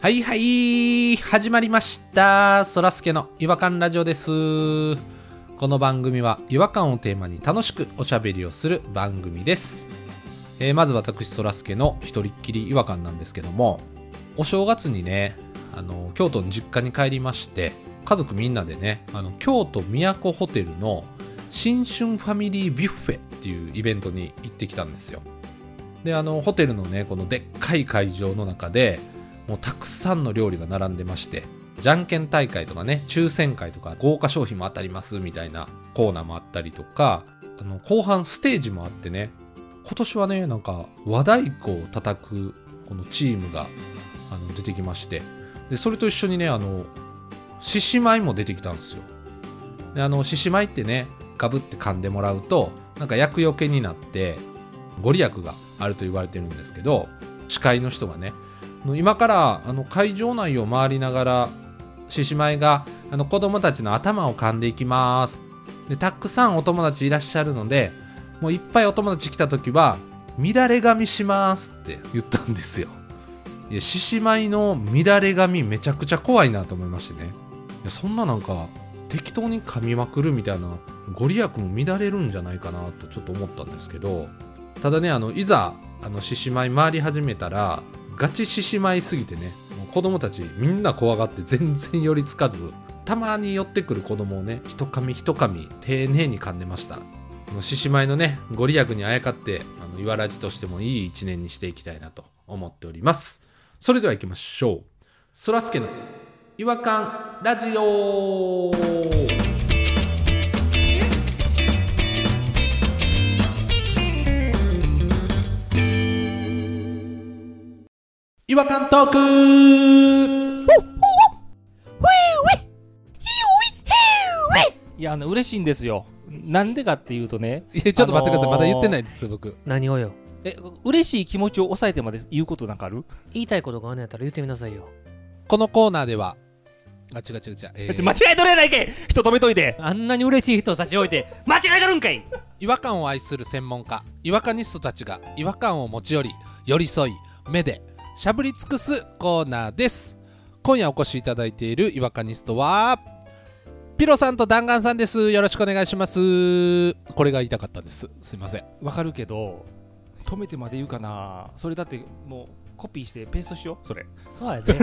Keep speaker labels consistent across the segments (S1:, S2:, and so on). S1: はいはい始まりましたそらすけの違和感ラジオですこの番組は違和感をテーマに楽しくおしゃべりをする番組です、えーまず私そらすけの一人っきり違和感なんですけどもお正月にねあの京都の実家に帰りまして家族みんなでねあの京都都ホテルの新春ファミリービュッフェっていうイベントに行ってきたんですよであのホテルのねこのでっかい会場の中でもうたくさんの料理が並んでましてじゃんけん大会とかね抽選会とか豪華商品も当たりますみたいなコーナーもあったりとかあの後半ステージもあってね今年はねなんか和太鼓を叩くこのチームがあの出てきましてでそれと一緒にねあの獅子舞も出てきたんですよであの獅子舞ってねガブって噛んでもらうとなんか厄除けになってご利益があると言われてるんですけど司会の人がねあの今からあの会場内を回りながら獅子舞があの子供たちの頭を噛んでいきますでたくさんお友達いらっしゃるのでもういっぱいお友達来た時は乱れ髪しますって言ったんですよいや獅子舞の乱れ髪めちゃくちゃ怖いなと思いましてねいやそんななんか適当に噛みまくるみたいなご利益も乱れるんじゃないかなとちょっと思ったんですけどただねあのいざあの獅子舞回り始めたらガチ獅子舞すぎてねもう子供たちみんな怖がって全然寄りつかずたまに寄ってくる子供をね一噛み一噛み丁寧に噛んでましたこの獅子舞のねご利益にあやかってあのいわらじとしてもいい一年にしていきたいなと思っておりますそれでは行きましょうそらすけの違和感ラジオ違和感トーク
S2: いや、あの嬉しいんですよ。なんでかっていうとね、
S3: いやちょっと待ってくださ
S2: あのー
S3: い、まだ言ってないです僕
S4: 何をよ
S2: え嬉しい気持ちを抑えてまで言うことなんかある、
S4: 言いたいことがあるんやったら言ってみなさいよ
S3: このコーナーではあ違う違う違う、えー
S2: だって間違えとれやないけ人止めといて
S4: あんなに嬉しい人を差し置いて間違えとるんかい
S3: 違和感を愛する専門家違和感ニストたちが違和感を持ち寄り寄り添い目でしゃぶり尽くすコーナーです今夜お越しいただいている違和感ニストはピロさんと弾丸さんですよろしくお願いしますこれが言いたかったんですすいません
S2: わかるけど、止めてまで言うかなそれだってもうコピーしてペーストしよう、それ。
S4: そうやで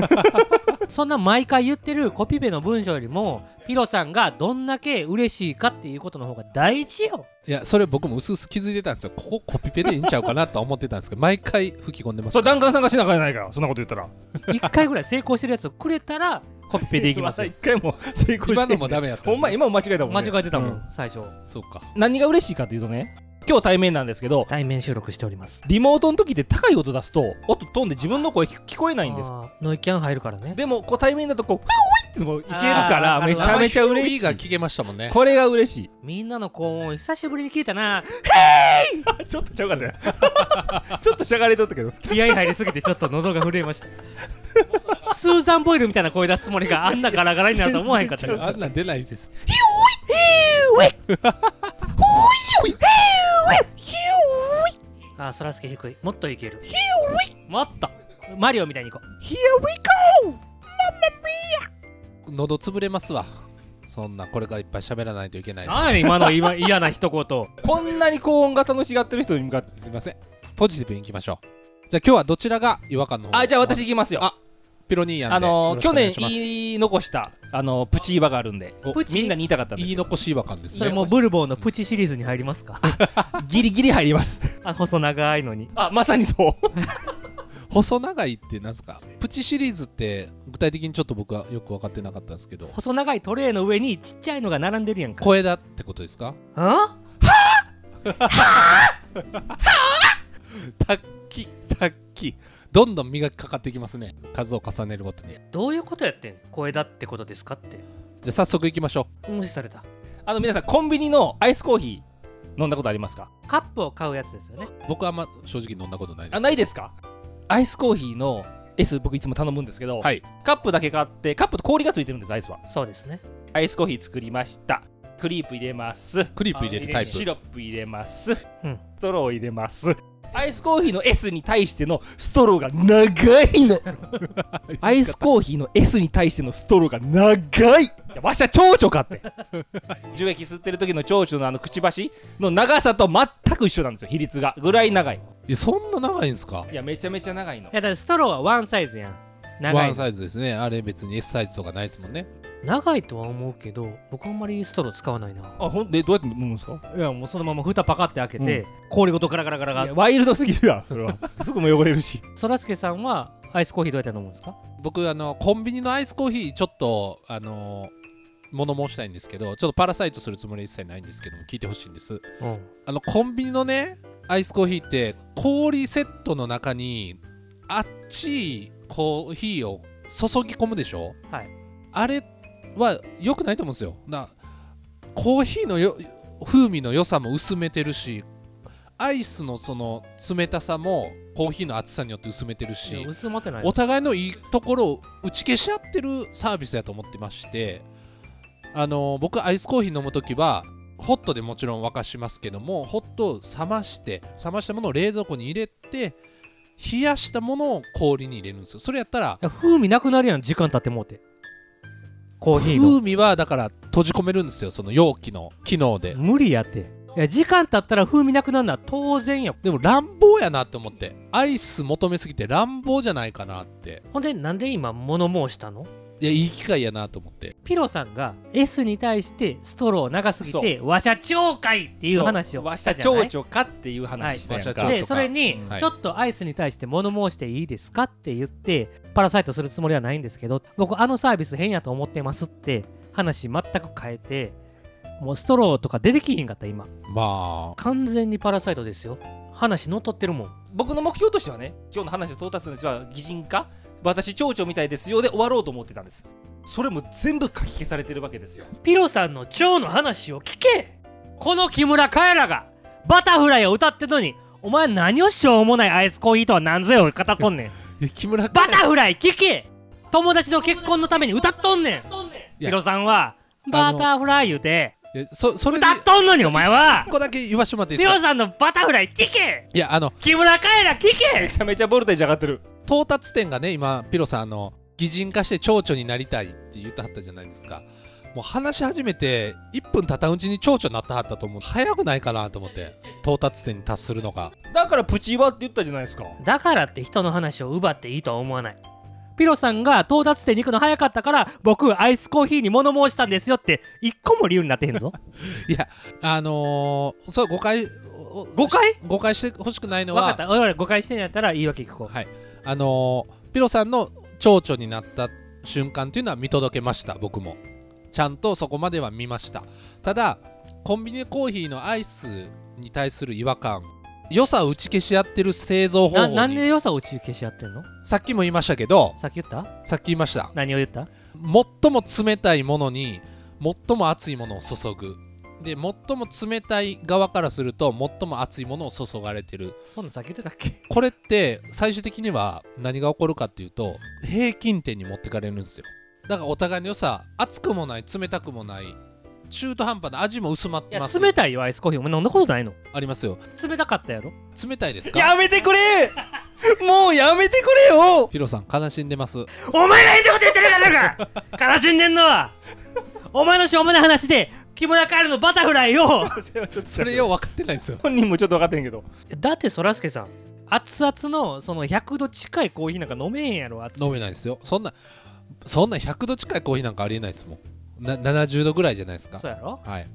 S4: そんな毎回言ってるコピペの文章よりもピロさんがどんだけ嬉しいかっていうことの方が大事よ
S3: いやそれ僕もうすうす気づいてたんですよここコピペでいいんちゃうかなとは思ってたんですけど 毎回吹き込んでます
S2: それ、ダンカンさんがしなあかんやないか、そんなこと言ったら。
S4: 一回ぐらい成功してるやつをくれたらコピペでいきます
S2: 一回も成功して
S3: 今のもダメやったんです
S2: ほんま、今も間違えたもん、
S4: 間
S2: ね。
S4: 違えてたもん、
S2: うん
S4: 最初
S3: そうか
S2: 何が嬉しいかというとね、今日対面なんですけど、
S4: 対面収録しております
S2: リモートの時って高い音出すと、音飛んで自分の声聞聞こえないんです。
S4: あーノイキャン入るからね
S2: でも、こう対面だと、こう、ふーおいってもういけるから、
S4: あー
S2: めちゃめちゃ嬉し
S3: い
S2: い。
S3: が聞けましたもんね
S2: これが嬉しい。
S4: みんなの高音久しぶりに聞いたな
S2: ちょっとちゃうかったよ ちょっとしゃがれとったけど。
S4: 気合入りすぎてちょっと喉が震えました スーザン・ボイルみたいな声出すつもりがあんなガラガラになると思わへんかったから
S3: あんなん出ないです
S4: あー、そらすけ低い。もっといける。もっとマリオみたいにいこう。
S3: 喉潰れますわそんなこれからいっぱい喋らないといけないで
S4: なに今の今嫌な一言。
S2: こんなに高音が楽しがってる人に向かって。
S3: すすいませんポジティブにいきましょうじゃあ今日はどちらが違和感の方
S2: あ、じゃあ私いきますよ。
S3: あ
S2: あ、
S3: ピロニーヤンで
S2: のー、去年
S3: 言い
S2: 言い残した、あのー、プチ岩があるんで
S3: お、
S4: プチ
S2: みんなに言いたかったんで
S3: 言
S2: す
S3: い
S2: よ。
S3: 残し違和感で す
S4: そ
S3: ね
S4: れもうブルボンのプチシリーズに入りますか
S2: ギリギリ入ります。
S4: あ、細長いのに。
S2: あ、まさにそう。
S3: 細長いってなんすかプチシリーズって具体的にちょっと僕はよく分かってなかったんですけど
S4: 細長いトレイの上にちっちゃいのが並んでるやんか。
S3: 小枝ってことです
S4: ん
S3: か
S4: は
S3: タッキタッキどんどん磨きかかってきますね数を重ねるごとにじゃ
S4: どういうことやってん小枝ってことですかって。
S3: あ早速いきましょ
S4: 無視され た。
S2: あの、皆さん、コンビニのアイスコーヒー飲んだことありますか
S4: カップを買うやつですよね。
S3: う僕はあんま正直飲んだことないで
S2: あ、
S3: す
S2: ないですかアイスコーヒーの S 僕いつも頼むんですけど、
S3: はい
S2: カップだけ買ってカップと氷がついてるんですアイスは
S4: そうですね。
S2: アイスコーヒー作りましたクリープ入れます
S3: クリープ入れるタイプ
S2: シロップ入れます、
S4: うん
S2: ストロー入れますアイスコーヒーの S に対してのストローが長いのアイスコーヒーの S に対してのストローが長いいやわしは蝶々かって樹液吸ってる時の蝶々のあのくちばしの長さと全く一緒なんですよ比率がぐらい長い
S3: えそんな長いんですか
S2: いやめちゃめちゃ長いの
S4: やだってストローはワンサイズやん長
S3: ワ
S4: い
S3: ン
S4: の
S3: サイズですねあれ別に S サイズとかないですもんね
S4: 長いとは思うけど僕あんまりストロー使わないな
S2: あほんでどうやって飲むんですか
S4: いやもうそのまま蓋パカって開けて、
S2: う
S4: 氷ごとガラガラガラガラ
S2: ワイルドすぎるやんそれは服も汚れるし
S4: そらすけさんはアイスコーヒーどうやって飲むんですか
S3: 僕あのコンビニのアイスコーヒーちょっとあの物申したいんですけどちょっとパラサイトするつもりは一切ないんですけども聞いてほしいんです
S4: うん
S3: あのコンビニのねアイスコーヒーって氷セットの中にあっちいコーヒーを注ぎ込むでしょ
S4: はい
S3: あれは良くないと思うんですよなコーヒーのよ風味の良さも薄めてるしアイスのその冷たさもコーヒーの熱さによって薄めてるし
S4: いや薄まってない
S3: お互いのいいところを打ち消し合ってるサービスやと思ってましてあの僕アイスコーヒー飲む時はホットでもちろん沸かしますけどもホットを冷まして冷ましたものを冷蔵庫に入れて冷やしたものを氷に入れるんですよそれやったら
S4: いや風味なくなるやん時間経ってもうてコーヒーの
S3: 風味はだから閉じ込めるんですよその容器の機能で
S4: 無理やっていや時間経ったら風味なくなるのは当然や
S3: でも乱暴やなって思ってアイス求めすぎて乱暴じゃないかなって
S4: ほんでなんで今物申したの
S3: いやいい機会やなと思って
S4: ピロさんが S に対してストロー長すぎてわしゃ超かいっていう話を
S2: わし
S4: した
S2: ゃ
S4: じゃない
S2: 蝶々かっていう話したやんか、
S3: はいわしゃ蝶々
S4: でそれに
S3: うんはい
S4: ちょっとアイスに対して物申していいですかって言ってパラサイトするつもりはないんですけど僕あのサービス変やと思ってますって話全く変えてもうストローとか出てきひんかった今
S3: まあ
S4: 完全にパラサイトですよ話乗っ取ってるもん
S2: 僕の目標としてはね今日の話を到達するのは擬人化私蝶々みたいですよで終わろうと思ってたんですそれも全部書き消されてるわけです よ
S4: ピロさんの蝶の話を聞けこの木村カエラがバタフライを歌ってんのにお前何をしょうもないアイスコーヒーとは何ぞよ語っとんねん
S3: いや木村君
S4: バタフライ聞け友達の結婚のために歌っとんねん
S3: いや
S4: ピロさんは
S3: あ
S4: バ
S3: の
S4: タフライ言うて
S3: えそそれで
S4: 歌っとんのにお前は
S3: 一個だけ言わしてもらっていい
S4: ピ
S3: ですか
S4: ロさんのバタフライ聞け
S3: いやあの
S4: 木村カエラ聞
S2: め
S4: け
S2: ちゃめちゃボルテージ上がってる
S3: 到達点がね今ピロさんあの擬人化して蝶々になりたいって言ってはったじゃないですかもう話し始めて1分経たんうちに蝶々になったはったと思う早くないかなと思って到達点に達するのが
S2: だからプチ岩って言ったじゃないですか
S4: だからって人の話を奪っていいとは思わないピロさんが到達点に行くの早かったから僕アイスコーヒーに物申したんですよって一個も理由になってへんぞ
S3: あのー、そう誤解を
S4: 誤解
S3: 誤解してほしくないの
S4: 分かっ
S3: は
S4: た俺ら誤解してんやったら言い訳聞こう
S3: あのー、ピロさんの蝶々になった瞬間っていうのは見届けました僕もちゃんとそこまでは見ましたただコンビニコーヒーのアイスに対する違和感良さを打ち消し合ってる製造方
S4: な
S3: 法
S4: なん
S3: に
S4: で良さを打ち消し合ってんの
S3: さっきも言いましたけど
S4: さっき言った
S3: さっき言いました
S4: 何を言った
S3: 最も冷たいものに最も熱いものを注ぐで最も冷たい側からすると最も熱いものを注がれてる
S4: そんなんさっき言ってたっけ
S3: これって最終的には何が起こるかっていうと平均点に持ってかれるんですよだからお互いの良さ熱くもない冷たくもない中途半端な味も薄まっ
S4: い
S3: て
S4: や
S3: ます
S4: 冷たいよアイスコーヒーお前飲んだことないの
S3: ありますよ
S4: 冷たかったやろ
S3: 冷たいですか
S2: やめて くれもうやめてくれよ
S3: ピロさん悲しんでます
S4: お前が変なこと言ってるからなんか悲しんでんの はお前のしょうもない話で木村カエルのバタフライを
S3: それよう分かってないですよ
S2: 本人もちょっと分かってんけど
S4: だってそらすけさん熱々のその100度近いコーヒーなんか飲めへんやろ熱
S3: 飲めないですよそんなそんな100度近いコーヒーなんかありえないですもんな70度ぐらいじゃないですか
S4: そうやろ
S3: はい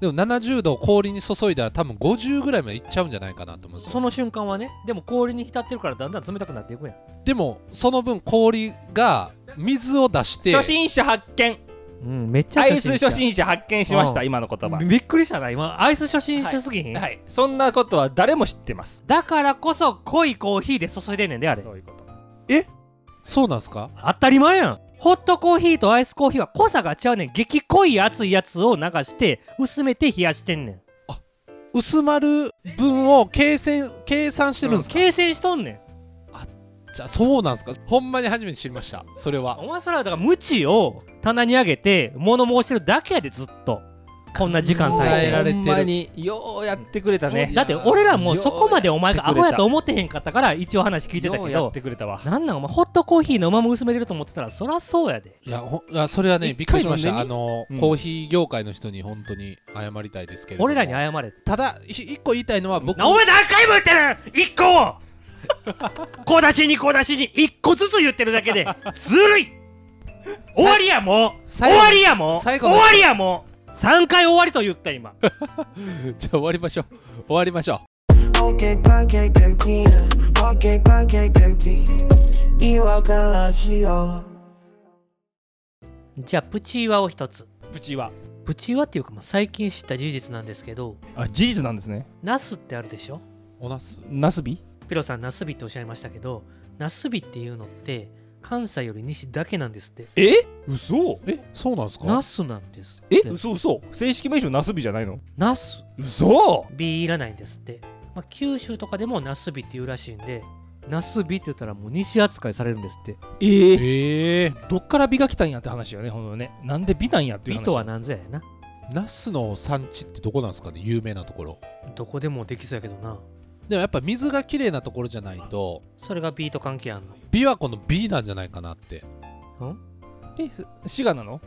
S3: でも70度を氷に注いだら多分50ぐらいまでいっちゃうんじゃないかなと思うんですよ
S4: その瞬間はねでも氷に浸ってるからだんだん冷たくなっていくやん
S3: でもその分氷が水を出して
S2: 初心者発見
S4: うんめっちゃ
S2: アイ
S4: 初心
S2: ス
S4: 者
S2: 初心者発見しました
S4: う
S2: 今の言葉
S4: びっくりしたな今アイス初心者すぎひん、
S2: はいそんなことは誰も知ってます
S4: だからこそ濃いコーヒーで注いでんねんであれ
S2: そういうこと
S3: そうなんですか
S4: 当たり前やんホットコーヒーとアイスコーヒーは濃さが違うねん激濃い熱いやつを流して薄めて冷やしてんねん
S3: 薄まる分を計算計算してるんですか、
S4: 計算しとんねん
S3: じゃあそうなんですかほんまに初めて知りましたそれは
S4: お前それはだから無知を棚に上げて物申してるだけやでずっとこんな時間
S2: もう
S4: 割い
S3: 耐えられてる
S2: ほんまにようやってくれたね
S4: てだって俺らもうそこまでお前がアホやと
S2: 思
S4: 思ってへんかったから一応話聞いてた
S2: よ
S4: け
S2: うやっ
S4: ど
S2: てくれたわ
S4: なんなんお前ホットコーヒーのうまも薄めてると思ってたらそらそうやで
S3: いやほんいやそれはねびっくりしまし
S2: 一
S3: た
S2: 回
S3: あ
S2: 飲んで
S3: の、
S2: うん
S3: コーヒー業界の人に本当に謝りたいですけれども
S4: 俺らに謝れ
S3: ただひ一個言いたいのは僕
S4: なお前何回も言ってる一個を小出しに小出しに一個ずつ言ってるだけでずるい終わりやもう
S3: 最
S4: 終
S3: 後
S4: わりやもう
S3: 最
S4: 終
S3: 後の
S4: わりやもう3回終わりと言った今
S3: じゃあ終わりましょう終わりましょう
S5: Pancake, pancake, tortilla. Pancake, pancake, tortilla. Iwakan Lashio.
S4: じゃあプチワを一つ
S2: プチは
S4: プチワっていうか、まあ、最近知った事実なんですけど
S2: あ事実なんですね
S4: ナスってあるでしょ
S3: おなす
S2: ナスビ
S4: ピロさんナスビっておっしゃいましたけどナスビっていうのって関西より西だけなんですって
S2: え嘘
S3: えそうなんですか
S4: ナスなんですっ
S2: え
S4: て
S2: 嘘嘘正式名称ナスビじゃないの
S4: ナス
S2: 嘘
S4: ビいらないんですって、まあ、九州とかでもナスビっていうらしいんでナスビって言ったらもう西扱いされるんですって
S2: ええ
S3: ええ
S2: どっから美が来たんやって話よねほんとねなんで美なんやっていう
S4: ビ
S2: 話
S4: とは何ぞやな
S3: ナスの産地ってどこなんですかね有名なところ
S4: どこでもできそうやけどな
S3: でもやっぱ水がきれいなところじゃないと
S4: それがビート関係あんの
S3: 琵琶湖の B なんじゃないかなって
S2: えす滋賀なの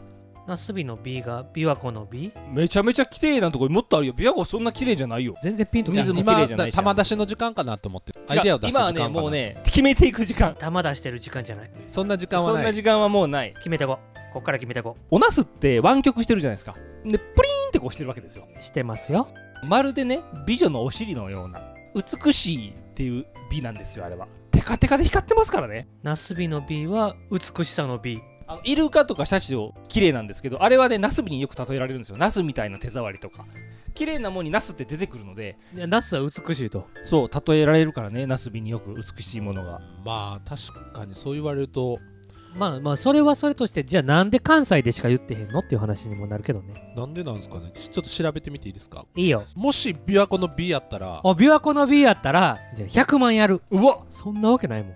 S4: ナスビのビが琵琶湖のビ
S2: めちゃめちゃ綺麗なとこにもっとあるよ琵琶湖そんな綺麗じゃないよ
S4: 全然ピンとこない
S2: 水もきれいじゃない
S3: や今だ
S2: し
S3: 玉出しの時間かなと思ってアイデアを出す時
S2: 今
S3: 間
S2: は
S3: かな
S2: ねもうね決めていく時間
S4: 玉出してる時間じゃない
S3: そんな時間
S2: そ
S3: は
S2: ん
S3: な
S2: ない時間はもうない
S4: 決めてここっから決めてこ
S2: おナスって湾曲してるじゃないですかでプリーンってこうしてるわけですよ
S4: してますよ
S2: まるでね美女のお尻のような美しいっていう美なんですよあれはテカテカで光ってますからね
S4: ナスビのビは美しさのビ
S2: あのイルカとかシャチを綺麗なんですけどあれはねナスによく例えられるんですよナスみたいな手触りとか綺麗なもんにナスって出てくるので
S4: いやナスは美しいと
S2: そう例えられるからねナスビによく美しいものが
S3: まあ確かにそう言われると
S4: まあまあそれはそれとしてじゃあなんで関西でしか言ってへんのっていう話にもなるけどね
S3: なんでなんですかねちちょっと調べてみていいですか
S4: いいよ
S3: もし琵琶湖の B やったら
S4: お琵琶湖の B やったらじゃあ100万やる
S2: うわ、
S4: そんなわけないもん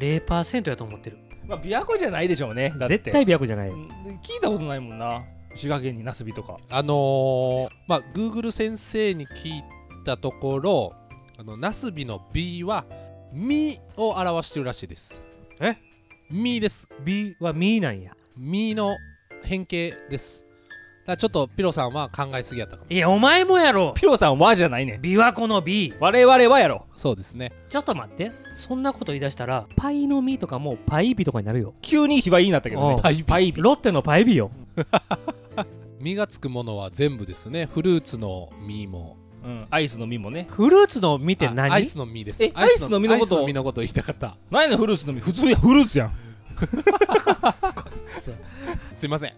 S4: 0%やと思ってる
S2: まあ、琵琶湖じゃないでしょうねだって
S4: 絶対琵琶湖じゃないよ
S2: うん聞いたことないもんな滋賀県にナスビとか
S3: あのー、まあ Google 先生に聞いたところあのナスビの B は「み」を表してるらしいです
S4: え
S3: みです
S4: B はミーなんや
S3: みの変形ですだからちょっとピロさんは考えすぎやったかも
S4: いやお前もやろ
S2: ピロさんはじゃないね
S4: 琵琶湖の B
S2: 我々はやろ
S3: そうですね
S4: ちょっと待ってそんなこと言い出したらパイの実とかもうパイビとかになるよ
S2: 急に卑猥になったけど
S4: お
S2: ね
S4: う
S2: パイパイビ
S4: ロッテのパイビよ
S3: 実がつくものは全部ですねフルーツの実も
S2: うん、アイスの実もね
S4: フルーツの実って
S3: あアイ
S4: 何
S3: スの実です
S2: えアイスの実のこと
S3: アイスの実のことを言いたかった
S2: 何のフルーツの実普通やフルーツやん
S3: すいません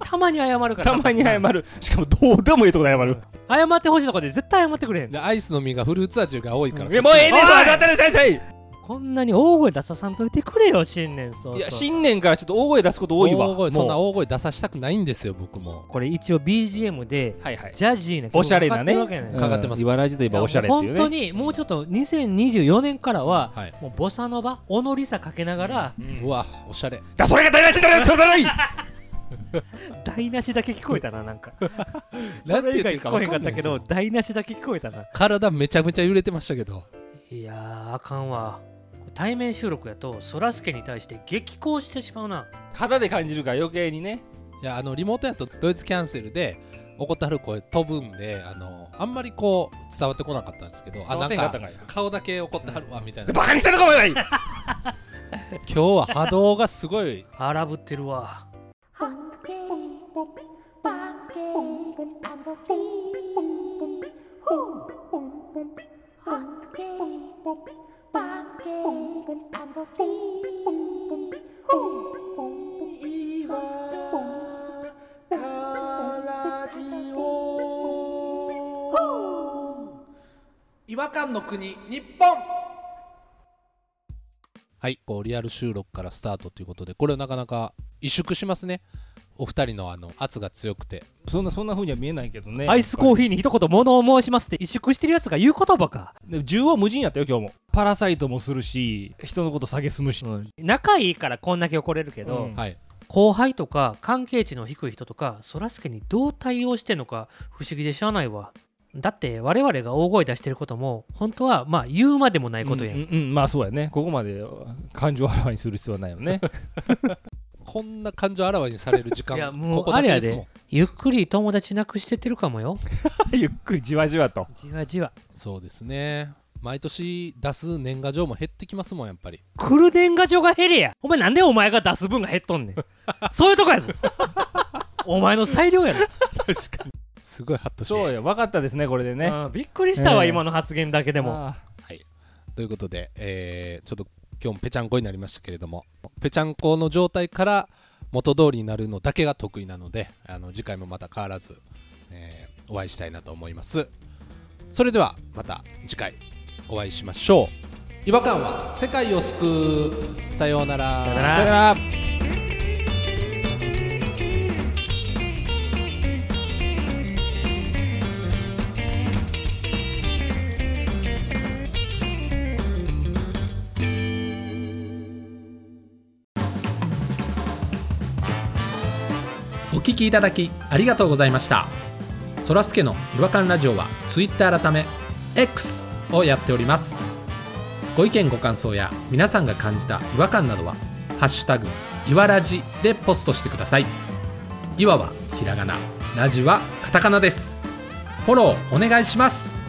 S4: たまに 謝るから
S2: たまに謝るしかもどうでもいいとこで謝る
S4: 謝ってほしいとこで絶対謝ってくれへん
S3: でアイスの実がフルーツ味が多いから
S2: いやもうええねん
S4: おい
S2: そう始まったね大体
S4: こんなに大声出ささんといてくれよ新年早々
S2: いや新年からちょっと大声出すこと多いわ
S3: 大声そんな
S2: も
S3: 大声出さしたくないんですよ僕も
S4: これ一応 BGM で
S2: うはいはい
S4: ジャジーな曲が
S2: おしゃれなね
S4: かかってるわけ
S3: んかかってま
S2: う
S3: す
S2: ん茨城といえばおしゃれっていう
S4: 本当
S2: ね
S4: にもうちょっと2024年からは、
S3: はい
S4: もうボサノバオノリサかけながら、
S3: うわおしゃれ
S2: だそれが台無しだよそれじゃない
S4: 台無しだけ聞こえたななんか
S3: な
S4: そ
S3: んて
S4: れ
S3: 言
S4: 以
S3: っ
S4: 外聞
S3: てるか
S4: こ
S3: 分
S4: えんか
S3: か
S4: っ
S3: ん
S4: た
S3: ない
S4: け
S3: ですよ
S4: ど台無しだけ聞こえたな
S3: 体めちゃめちゃ揺れてましたけど
S4: いやーあかんわ対面収録やとそらすけに対して激高してしまうな
S2: 肌で感じるから余計にね
S3: いやあのリモートやとドイツキャンセルで怒ったる声飛ぶんであのあんまりこう伝わってこなかったんですけど
S2: 伝わってんかったんか
S3: あないんか顔だけ怒ってはるわみたいな
S2: バカにしたのかお前は
S3: 今日は波動がすごい
S4: 荒ぶってるわ
S5: Hungry.
S3: 違和感の国日本はいこうリアル収録からスタートということでこれなかなか萎縮しますねお二人のあの圧が強くて
S2: そんなそんな風には見えないけどね
S4: アイスコーヒーに一言物を申しますって萎縮してるやつが言う言葉か、
S2: でも縦横無尽やったよ今日もパラサイトもするし人のこと蔑むし、
S4: 仲いいからこんだけ怒れるけど、
S2: うん
S3: はい
S4: 後輩とか関係値の低い人とかそらすけにどう対応してんのか不思議でしゃあないわだって我々が大声出してることも本当はまあ言うまでもないことやん、
S2: うんうんうんまあそうやねここまで感情をあらわにする必要はないよね
S3: こんな感情あらわにされる時間
S4: いやもう
S3: ここだけ
S4: あれやで
S3: ですもん
S4: ゆっくり友達なくしてってるかもよ
S2: ゆっくりじわじわと
S4: じわじわ
S3: そうですね毎年出す年賀状も減ってきますもんやっぱり
S4: 来る年賀状が減れやお前なんでお前が出す分が減っとんねんそういうとこ やぞお前の裁量やろ、
S3: すごいハッとしま
S2: そう
S3: し
S2: よ分かったですねこれでね
S4: うんびっくりしたわ、
S2: ええ
S4: 今の発言だけでも
S2: あ
S3: たということで、えーちょっと今日もぺちゃんこになりましたけれどもぺちゃんこの状態から元通りになるのだけが得意なのであの次回もまた変わらず、えーお会いしたいなと思いますそれではまた次回お会いしましょう違和感は世界を救うさようなら
S4: さような
S2: ー
S4: ら
S2: さよなら
S1: お聞きいただきありがとうございましたそらすけの違和感ラジオは Twitter 改め X をやっておりますご意見ご感想や皆さんが感じた違和感などは「ハッシュタグいわらじ」でポストしてくださいいわはひらがなラジはカタカナですフォローお願いします